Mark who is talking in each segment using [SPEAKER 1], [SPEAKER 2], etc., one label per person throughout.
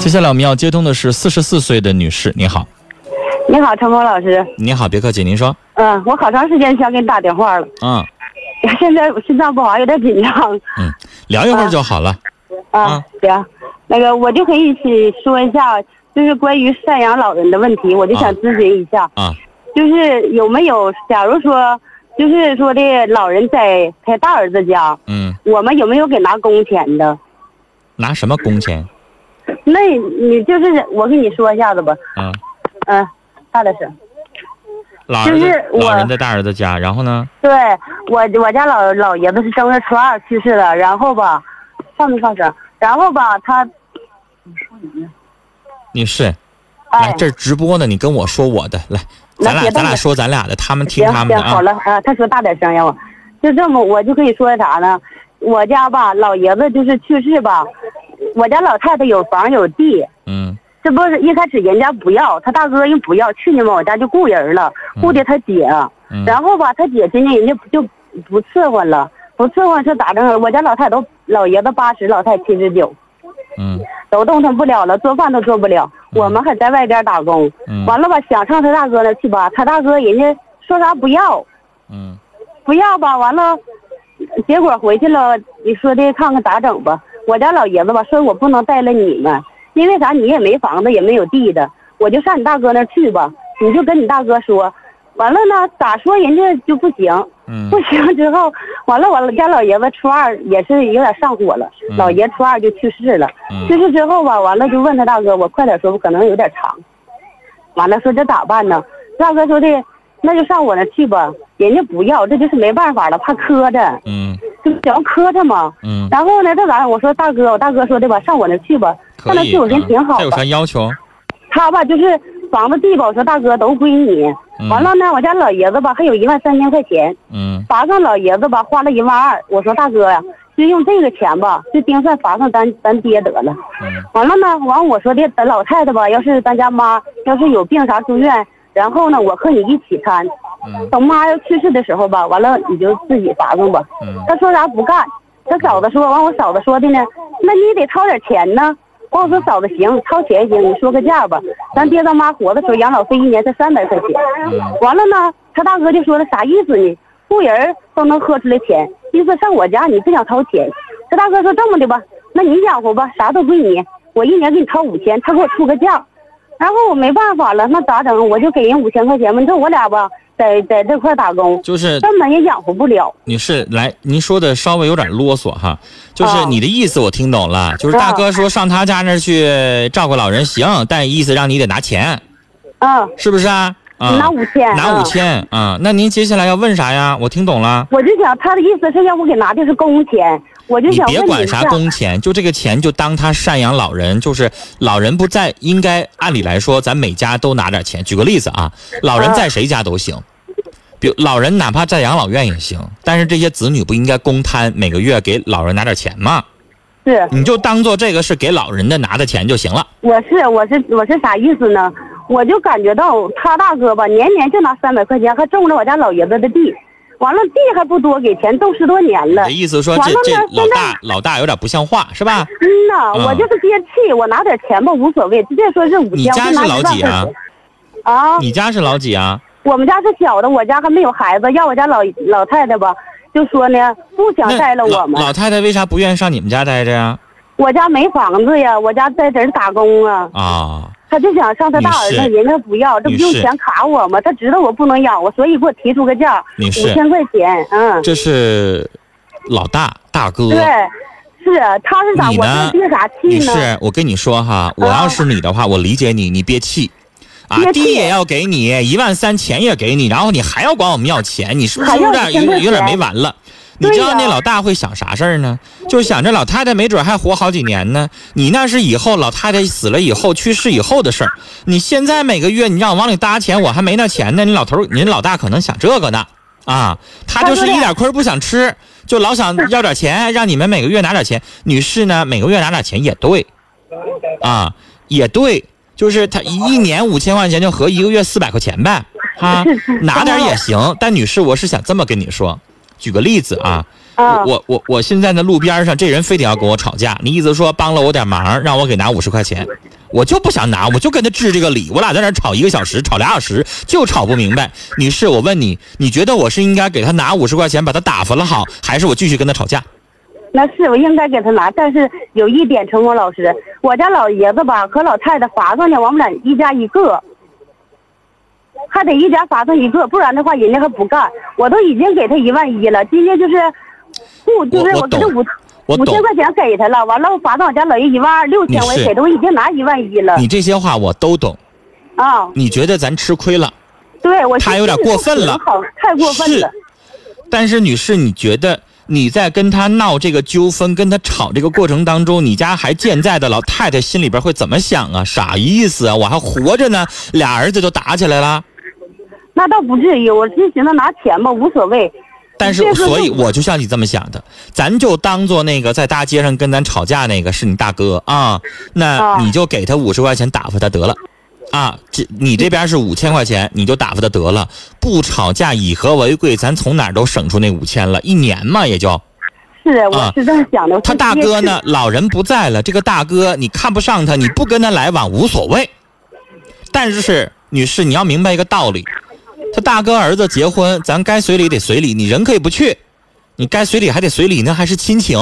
[SPEAKER 1] 接下来我们要接通的是四十四岁的女士，您好，
[SPEAKER 2] 你好，陈峰老师。
[SPEAKER 1] 您好，别客气，您说，
[SPEAKER 2] 嗯，我好长时间想给你打电话了，
[SPEAKER 1] 嗯
[SPEAKER 2] 现在我心脏不好，有点紧张
[SPEAKER 1] 嗯，聊一会儿就好了，
[SPEAKER 2] 啊。行，那个我就可以一起说一下，就是关于赡养老人的问题，我就想咨询一下，
[SPEAKER 1] 啊
[SPEAKER 2] 就是有没有，假如说，就是说的老人在他大儿子家，
[SPEAKER 1] 嗯，
[SPEAKER 2] 我们有没有给拿工钱的？
[SPEAKER 1] 拿什么工钱？
[SPEAKER 2] 那你就是我跟你说一下子吧，
[SPEAKER 1] 嗯，
[SPEAKER 2] 嗯、大点声。
[SPEAKER 1] 老儿
[SPEAKER 2] 就是
[SPEAKER 1] 子，
[SPEAKER 2] 我
[SPEAKER 1] 老人的大儿子家，然后呢？
[SPEAKER 2] 对我我家老老爷子是正月初二去世的，然后吧，上没上声？然后吧，他，
[SPEAKER 1] 女士，来
[SPEAKER 2] 哎，
[SPEAKER 1] 这儿直播呢，你跟我说我的，来，咱俩
[SPEAKER 2] 那别动
[SPEAKER 1] 咱俩
[SPEAKER 2] 了
[SPEAKER 1] 说咱俩的，他们听
[SPEAKER 2] 行
[SPEAKER 1] 他们
[SPEAKER 2] 行
[SPEAKER 1] 的
[SPEAKER 2] 好
[SPEAKER 1] 啊，
[SPEAKER 2] 了啊，他说大点声让我，就这么我就可以说啥呢？我家吧，老爷子就是去世吧，我家老太太有房有地，
[SPEAKER 1] 嗯
[SPEAKER 2] 这不是一开始人家不要，他大哥人不要，去年吧我家就雇人了，雇的他姐，
[SPEAKER 1] 嗯
[SPEAKER 2] 然后吧他姐今年人家不就不伺候了，不伺候是咋整？啊我家老太太都老爷子八十，老太太七十九。
[SPEAKER 1] 嗯
[SPEAKER 2] 都动弹不了了，做饭都做不了，我们还在外边打工。
[SPEAKER 1] 嗯
[SPEAKER 2] 完了吧，想上他大哥那去吧，他大哥人家说啥不要，
[SPEAKER 1] 嗯
[SPEAKER 2] 不要吧，完了，结果回去了，你说的看看咋整吧。我家老爷子吧，说我不能带了你们，因为啥你也没房子，也没有地的，我就上你大哥那儿去吧，你就跟你大哥说。完了呢，咋说人家就不行，
[SPEAKER 1] 嗯
[SPEAKER 2] 不行之后，完了，我家老爷子初二也是有点上火了，
[SPEAKER 1] 嗯
[SPEAKER 2] 老爷初二就去世了。
[SPEAKER 1] 嗯
[SPEAKER 2] 去世之后吧，完了就问他大哥，我快点说，我可能有点长。完了说这咋办呢？大哥说的，那就上我那去吧，人家不要，这就是没办法了，怕磕碜，
[SPEAKER 1] 嗯
[SPEAKER 2] 这不想磕碜吗？
[SPEAKER 1] 嗯，
[SPEAKER 2] 然后呢，这咋？我说大哥，我大哥说的吧，上我那去吧，上
[SPEAKER 1] 可
[SPEAKER 2] 那
[SPEAKER 1] 以
[SPEAKER 2] 去我人
[SPEAKER 1] 啊
[SPEAKER 2] 挺好
[SPEAKER 1] 这有
[SPEAKER 2] 的
[SPEAKER 1] 啥。要求？
[SPEAKER 2] 他吧就是房子地吧，我说大哥都归你。
[SPEAKER 1] 嗯
[SPEAKER 2] 完了呢，我家老爷子吧还有一万三千块钱。
[SPEAKER 1] 嗯
[SPEAKER 2] 罚上老爷子吧，花了一万二。我说大哥呀、就用这个钱吧，就盯算罚上咱咱爹得了。
[SPEAKER 1] 嗯
[SPEAKER 2] 完了呢，完我说的，咱老太太吧，要是咱家妈要是有病啥住院，然后呢，我和你一起看。
[SPEAKER 1] 嗯
[SPEAKER 2] 等妈要去世的时候吧，完了你就自己罚上吧。
[SPEAKER 1] 嗯
[SPEAKER 2] 他说啥不干，他嫂子说，完我嫂子说的呢，那你得掏点钱呢。完我说嫂子行，掏钱行，你说个价吧。咱爹咱妈活的时候，养老费一年才三百块钱。
[SPEAKER 1] 嗯
[SPEAKER 2] 完了呢，他大哥就说了啥意思呢？雇人儿都能喝出来钱，意思上我家你不想掏钱。他大哥说这么的吧，那你养活吧，啥都归你，我一年给你掏五千，他给我出个价。然后我没办法了，那咋整？我就给人五千块钱吧。你说我俩吧，在在这块打工，
[SPEAKER 1] 就是
[SPEAKER 2] 根本也养活不了。
[SPEAKER 1] 女士，来，您说的稍微有点啰嗦哈，就是
[SPEAKER 2] 哦
[SPEAKER 1] 你的意思我听懂了，就是大哥说上他家那儿去照顾老人行，但意思让你得拿钱，
[SPEAKER 2] 嗯，
[SPEAKER 1] 是不是啊？啊、
[SPEAKER 2] 拿五千，
[SPEAKER 1] 拿五
[SPEAKER 2] 嗯。
[SPEAKER 1] 千啊、那您接下来要问啥呀？我听懂了，
[SPEAKER 2] 我就想他的意思是让我给拿的是工钱，我就
[SPEAKER 1] 你
[SPEAKER 2] 想
[SPEAKER 1] 别
[SPEAKER 2] 问你
[SPEAKER 1] 管
[SPEAKER 2] 一下
[SPEAKER 1] 啥，工钱，就这个钱就当他赡养老人，就是老人不在，应该按理来说咱每家都拿点钱。举个例子啊，老人
[SPEAKER 2] 嗯
[SPEAKER 1] 在谁家都行。比如老人哪怕在养老院也行，但是这些子女不应该公摊每个月给老人拿点钱吗？
[SPEAKER 2] 是
[SPEAKER 1] 你就当做这个是给老人的拿的钱就行了。
[SPEAKER 2] 我是我是我是啥意思呢？我就感觉到他大哥吧，年年就拿三百块钱，还种了我家老爷子的地，完了地还不多给钱，种十多年
[SPEAKER 1] 你
[SPEAKER 2] 了
[SPEAKER 1] 的。意思说
[SPEAKER 2] 完
[SPEAKER 1] 这
[SPEAKER 2] 了
[SPEAKER 1] 这
[SPEAKER 2] 呢
[SPEAKER 1] 老
[SPEAKER 2] 现在
[SPEAKER 1] 大老大有点不像话是吧？
[SPEAKER 2] 嗯呐，
[SPEAKER 1] 嗯
[SPEAKER 2] 我就是憋气，我拿点钱吧无所谓，直接说是五
[SPEAKER 1] 你
[SPEAKER 2] 千，
[SPEAKER 1] 家
[SPEAKER 2] 我就是拿
[SPEAKER 1] 老
[SPEAKER 2] 一万
[SPEAKER 1] 几
[SPEAKER 2] 块
[SPEAKER 1] 啊
[SPEAKER 2] 钱？啊，
[SPEAKER 1] 你家是老几啊？
[SPEAKER 2] 我们家是小的，我家还没有孩子，要我家老老太太吧，就说呢不想带了
[SPEAKER 1] 那
[SPEAKER 2] 我
[SPEAKER 1] 老
[SPEAKER 2] 们，
[SPEAKER 1] 老太太为啥不愿意上你们家待着呀？
[SPEAKER 2] 我家没房子呀，我家在这儿打工啊，
[SPEAKER 1] 啊，
[SPEAKER 2] 他就想上他大儿
[SPEAKER 1] 女士
[SPEAKER 2] 子，人家不要，这不
[SPEAKER 1] 女
[SPEAKER 2] 用
[SPEAKER 1] 士
[SPEAKER 2] 钱卡我吗？他知道我不能养我，所以给我提出个价
[SPEAKER 1] 女
[SPEAKER 2] 五
[SPEAKER 1] 士
[SPEAKER 2] 千块钱，嗯。
[SPEAKER 1] 这是老大大哥。
[SPEAKER 2] 对，是啊他是咋
[SPEAKER 1] 你
[SPEAKER 2] 我
[SPEAKER 1] 呢
[SPEAKER 2] 就憋啥气
[SPEAKER 1] 女
[SPEAKER 2] 呢？
[SPEAKER 1] 士，我跟你说哈，我要是你的话，我理解你，你憋气。啊，
[SPEAKER 2] 憋气
[SPEAKER 1] 地也要给你一万三，钱也给你，然后你还要管我们要钱，你是不是
[SPEAKER 2] 还
[SPEAKER 1] 有
[SPEAKER 2] 要
[SPEAKER 1] 点
[SPEAKER 2] 一千
[SPEAKER 1] 有
[SPEAKER 2] 块
[SPEAKER 1] 有点
[SPEAKER 2] 钱
[SPEAKER 1] 没完了？你
[SPEAKER 2] 对
[SPEAKER 1] 知道那
[SPEAKER 2] 呀
[SPEAKER 1] 老大会想啥事儿呢？就想着老太太没准还活好几年呢。你那是以后老太太死了以后去世以后的事儿。你现在每个月你让我往里搭钱，我还没那钱呢。你老头儿，您老大可能想这个呢啊，他
[SPEAKER 2] 他
[SPEAKER 1] 就
[SPEAKER 2] 说
[SPEAKER 1] 是
[SPEAKER 2] 的
[SPEAKER 1] 一点亏儿不想吃，就老想要点钱，让你们每个月拿点钱。女士呢，每个月拿点钱也对，啊，也对，就是他一一年五千块钱就合一个月四百块钱呗，啊
[SPEAKER 2] 是是，
[SPEAKER 1] 拿点儿也行。但女士，我是想这么跟你说，举个例子啊，
[SPEAKER 2] 啊，
[SPEAKER 1] 我我我现在在路边上，这人非得要跟我吵架，你意思说帮了我点忙，让我给拿五十块钱，我就不想拿，我就跟他治这个理。我俩在那儿吵一个小时，吵俩小时，就吵不明白。女士，我问你，你觉得我是应该给他拿五十块钱把他打发了好，还是我继续跟他吵架？
[SPEAKER 2] 那是我应该给他拿，但是有一点，陈光老师，我家老爷子吧和老太太划算呢，我们俩一家一个，还得一家划算一个，不然的话人家还不干。我都已经给他一万一了，今天就是不就是
[SPEAKER 1] 我我
[SPEAKER 2] 我给他
[SPEAKER 1] 懂
[SPEAKER 2] 五
[SPEAKER 1] 我
[SPEAKER 2] 五
[SPEAKER 1] 懂
[SPEAKER 2] 千块钱给他了，完了我罚到我家老爷一万二六千，
[SPEAKER 1] 女
[SPEAKER 2] 我
[SPEAKER 1] 士
[SPEAKER 2] 也给他，我已经拿一万一了
[SPEAKER 1] 你这些话我都懂。
[SPEAKER 2] 啊。
[SPEAKER 1] 你觉得咱吃亏了？
[SPEAKER 2] 对我
[SPEAKER 1] 他
[SPEAKER 2] 心
[SPEAKER 1] 有点
[SPEAKER 2] 里
[SPEAKER 1] 过
[SPEAKER 2] 不
[SPEAKER 1] 分
[SPEAKER 2] 平
[SPEAKER 1] 了
[SPEAKER 2] 衡，太过分
[SPEAKER 1] 是。
[SPEAKER 2] 了
[SPEAKER 1] 但是女士，你觉得你在跟他闹这个纠纷、跟他吵这个过程当中，你家还健在的老太太心里边会怎么想啊？啥意思啊？我还活着呢，俩儿子就打起来了。
[SPEAKER 2] 那倒不至于，我就寻思拿钱吧，无所谓。
[SPEAKER 1] 但是
[SPEAKER 2] 这，个
[SPEAKER 1] 所以我就像你这么想的，咱就当做那个在大街上跟咱吵架那个是你大哥啊，那
[SPEAKER 2] 啊
[SPEAKER 1] 你就给他五十块钱打发他得了，啊，这你这边是五千块钱，你就打发他得了，不吵架以和为贵，咱从哪儿都省出那五千了，一年嘛也就。
[SPEAKER 2] 是，
[SPEAKER 1] 啊
[SPEAKER 2] 我是这么想的。我
[SPEAKER 1] 他
[SPEAKER 2] 是
[SPEAKER 1] 大
[SPEAKER 2] 憋
[SPEAKER 1] 哥
[SPEAKER 2] 屈
[SPEAKER 1] 呢？老人不在了，这个大哥你看不上他，你不跟他来往无所谓。但是女士，你要明白一个道理，他大哥儿子结婚，咱该随礼得随礼，你人可以不去，你该随礼还得随礼，那还是亲情。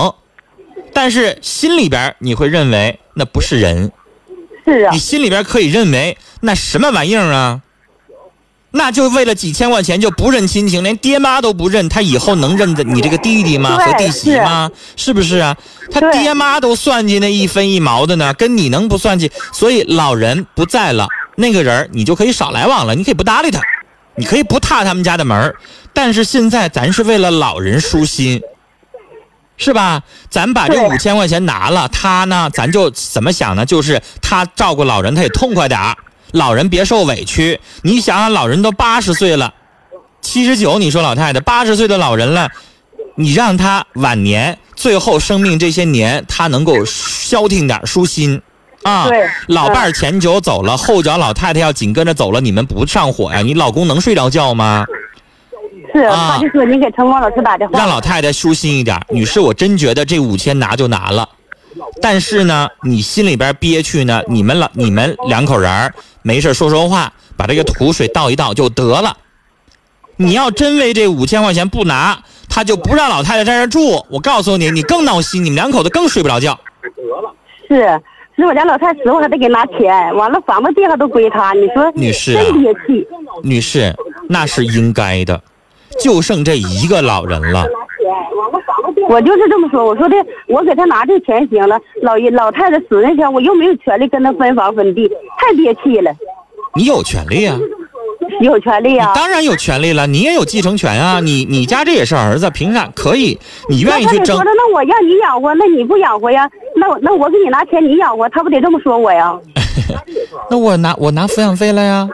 [SPEAKER 1] 但是心里边儿你会认为那不是人，
[SPEAKER 2] 是啊
[SPEAKER 1] 你，心里边可以认为那什么玩意儿啊？那就为了几千块钱就不认亲情，连爹妈都不认，他以后能认得你这个弟弟吗？
[SPEAKER 2] 对
[SPEAKER 1] 和弟媳吗？是不是啊？他
[SPEAKER 2] 对
[SPEAKER 1] 爹妈都算计那一分一毛的呢，跟你能不算计？所以老人不在了，那个人儿你就可以少来往了，你可以不搭理他，你可以不踏他们家的门儿但是现在咱是为了老人舒心，是吧？咱把这
[SPEAKER 2] 对
[SPEAKER 1] 五千块钱拿了，他呢，咱就怎么想呢？就是他照顾老人，他也痛快点儿，老人别受委屈。你想想，老人都八十岁了，七十九，你说老太太八十岁的老人了，你让他晚年最后生命这些年，他能够消停点儿、舒心。啊
[SPEAKER 2] 对，
[SPEAKER 1] 老伴儿前脚走了，后脚老太太要紧跟着走了，你们不上火呀？你老公能睡着觉吗？
[SPEAKER 2] 是
[SPEAKER 1] 啊
[SPEAKER 2] 他就说你给陈光老师打电话，
[SPEAKER 1] 让老太太舒心一点。女士，我真觉得这五千拿就拿了，但是呢，你心里边憋屈呢，你们老你们两口人儿没事说说话，把这个苦水倒一倒就得了。你要真为这五千块钱不拿，他就不让老太太在这儿住。我告诉你，你更闹心，你们两口子更睡不着觉。
[SPEAKER 2] 是。啊是我家老太师傅还得给拿钱，完了房子地还都归他，你说
[SPEAKER 1] 女士啊
[SPEAKER 2] 真憋气。
[SPEAKER 1] 女士，那是应该的，就剩这一个老人了。
[SPEAKER 2] 我就是这么说，我说的，我给他拿这钱行了，老爷老太太死那天我又没有权利跟他分房分地，太憋气了，
[SPEAKER 1] 你有权利啊，你
[SPEAKER 2] 有权利啊。
[SPEAKER 1] 当然有权利了，你也有继承权啊。你你家这也是儿子，凭啥可以？你愿意
[SPEAKER 2] 那他
[SPEAKER 1] 去
[SPEAKER 2] 得
[SPEAKER 1] 争
[SPEAKER 2] 说的，？那我让你养活，那你不养活呀？那我那我给你拿钱，你养活，他不得这么说我呀？
[SPEAKER 1] 那我拿我拿抚养费了呀，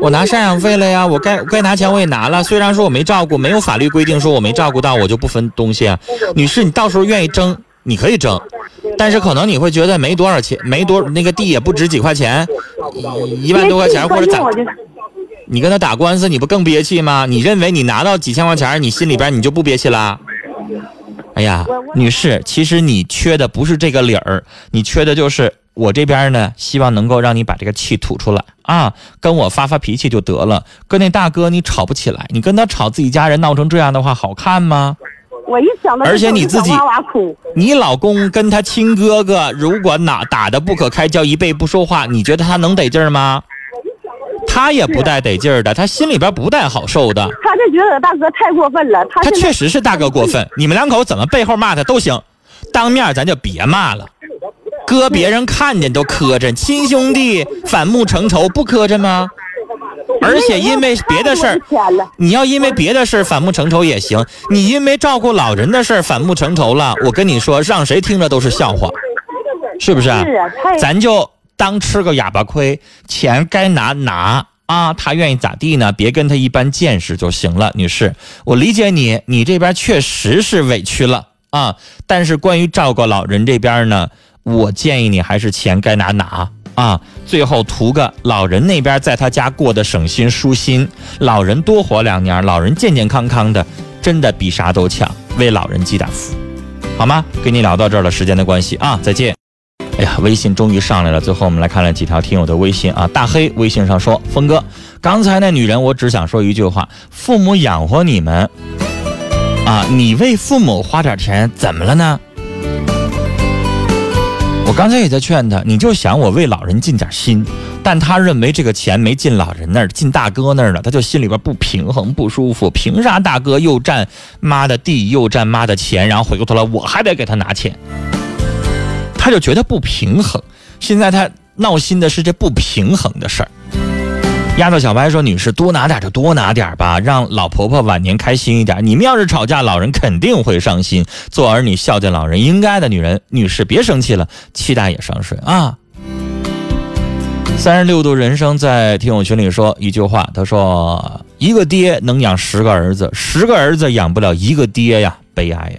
[SPEAKER 1] 我拿赡养费了呀，我该该拿钱我也拿了。虽然说我没照顾，没有法律规定说我没照顾到我就不分东西啊。女士，你到时候愿意争，你可以争，但是可能你会觉得没多少钱，没多那个地也不值几块钱，一一万多块钱或
[SPEAKER 2] 关
[SPEAKER 1] 者
[SPEAKER 2] 键
[SPEAKER 1] 咋
[SPEAKER 2] 我就
[SPEAKER 1] 你跟他打官司，你不更憋气吗？你认为你拿到几千块钱，你心里边你就不憋气啦？哎呀，女士，其实你缺的不是这个理儿，你缺的就是我这边呢，希望能够让你把这个气吐出来啊，跟我发发脾气就得了。跟那大哥你吵不起来，你跟他吵自己家人闹成这样的话，好看吗？
[SPEAKER 2] 我一想到这
[SPEAKER 1] 而且你
[SPEAKER 2] 我就
[SPEAKER 1] 自己
[SPEAKER 2] 想哇哇哭，
[SPEAKER 1] 你老公跟他亲哥哥，如果哪打得不可开交，一辈不说话，你觉得他能得劲儿吗？他也不带得劲儿的，他心里边不带好受的。
[SPEAKER 2] 他就觉得大哥太过分了，他
[SPEAKER 1] 他
[SPEAKER 2] 现在
[SPEAKER 1] 确实是大哥过分，你们两口怎么背后骂他都行，当面咱就别骂了，搁别人看见都磕碜，亲兄弟反目成仇不磕碜吗？而且因为别的事儿
[SPEAKER 2] 太，多钱了，
[SPEAKER 1] 你要因为别的事儿反目成仇也行，你因为照顾老人的事儿反目成仇了，我跟你说，让谁听着都是笑话，是不是啊？
[SPEAKER 2] 是啊，太
[SPEAKER 1] 咱就当吃个哑巴亏，钱该拿拿啊，他愿意咋地呢？别跟他一般见识就行了，女士，我理解你，你这边确实是委屈了啊，但是关于照顾老人这边呢，我建议你还是钱该拿拿。啊，最后图个老人那边在他家过得省心舒心，老人多活两年，老人健健康康的，真的比啥都强。为老人积点福，好吗？跟你聊到这儿了，时间的关系啊，再见。哎呀，微信终于上来了。最后我们来看了几条听友的微信啊，大黑微信上说：“峰哥，刚才那女人，我只想说一句话：父母养活你们，啊，你为父母花点钱，怎么了呢？”我刚才也在劝他，你就想我为老人尽点心，但他认为这个钱没进老人那儿，进大哥那儿了，他就心里边不平衡、不舒服。凭啥大哥又占妈的地，又占妈的钱，然后回过头来我还得给他拿钱？他就觉得不平衡。现在他闹心的是这不平衡的事儿。丫头小白说：“女士，多拿点就多拿点吧，让老婆婆晚年开心一点。你们要是吵架，老人肯定会伤心。做儿女孝敬老人，应该的。女人，女士别生气了，气大也伤身啊。”三十六度人生在听友群里说一句话，他说：“一个爹能养十个儿子，十个儿子养不了一个爹呀，悲哀呀。”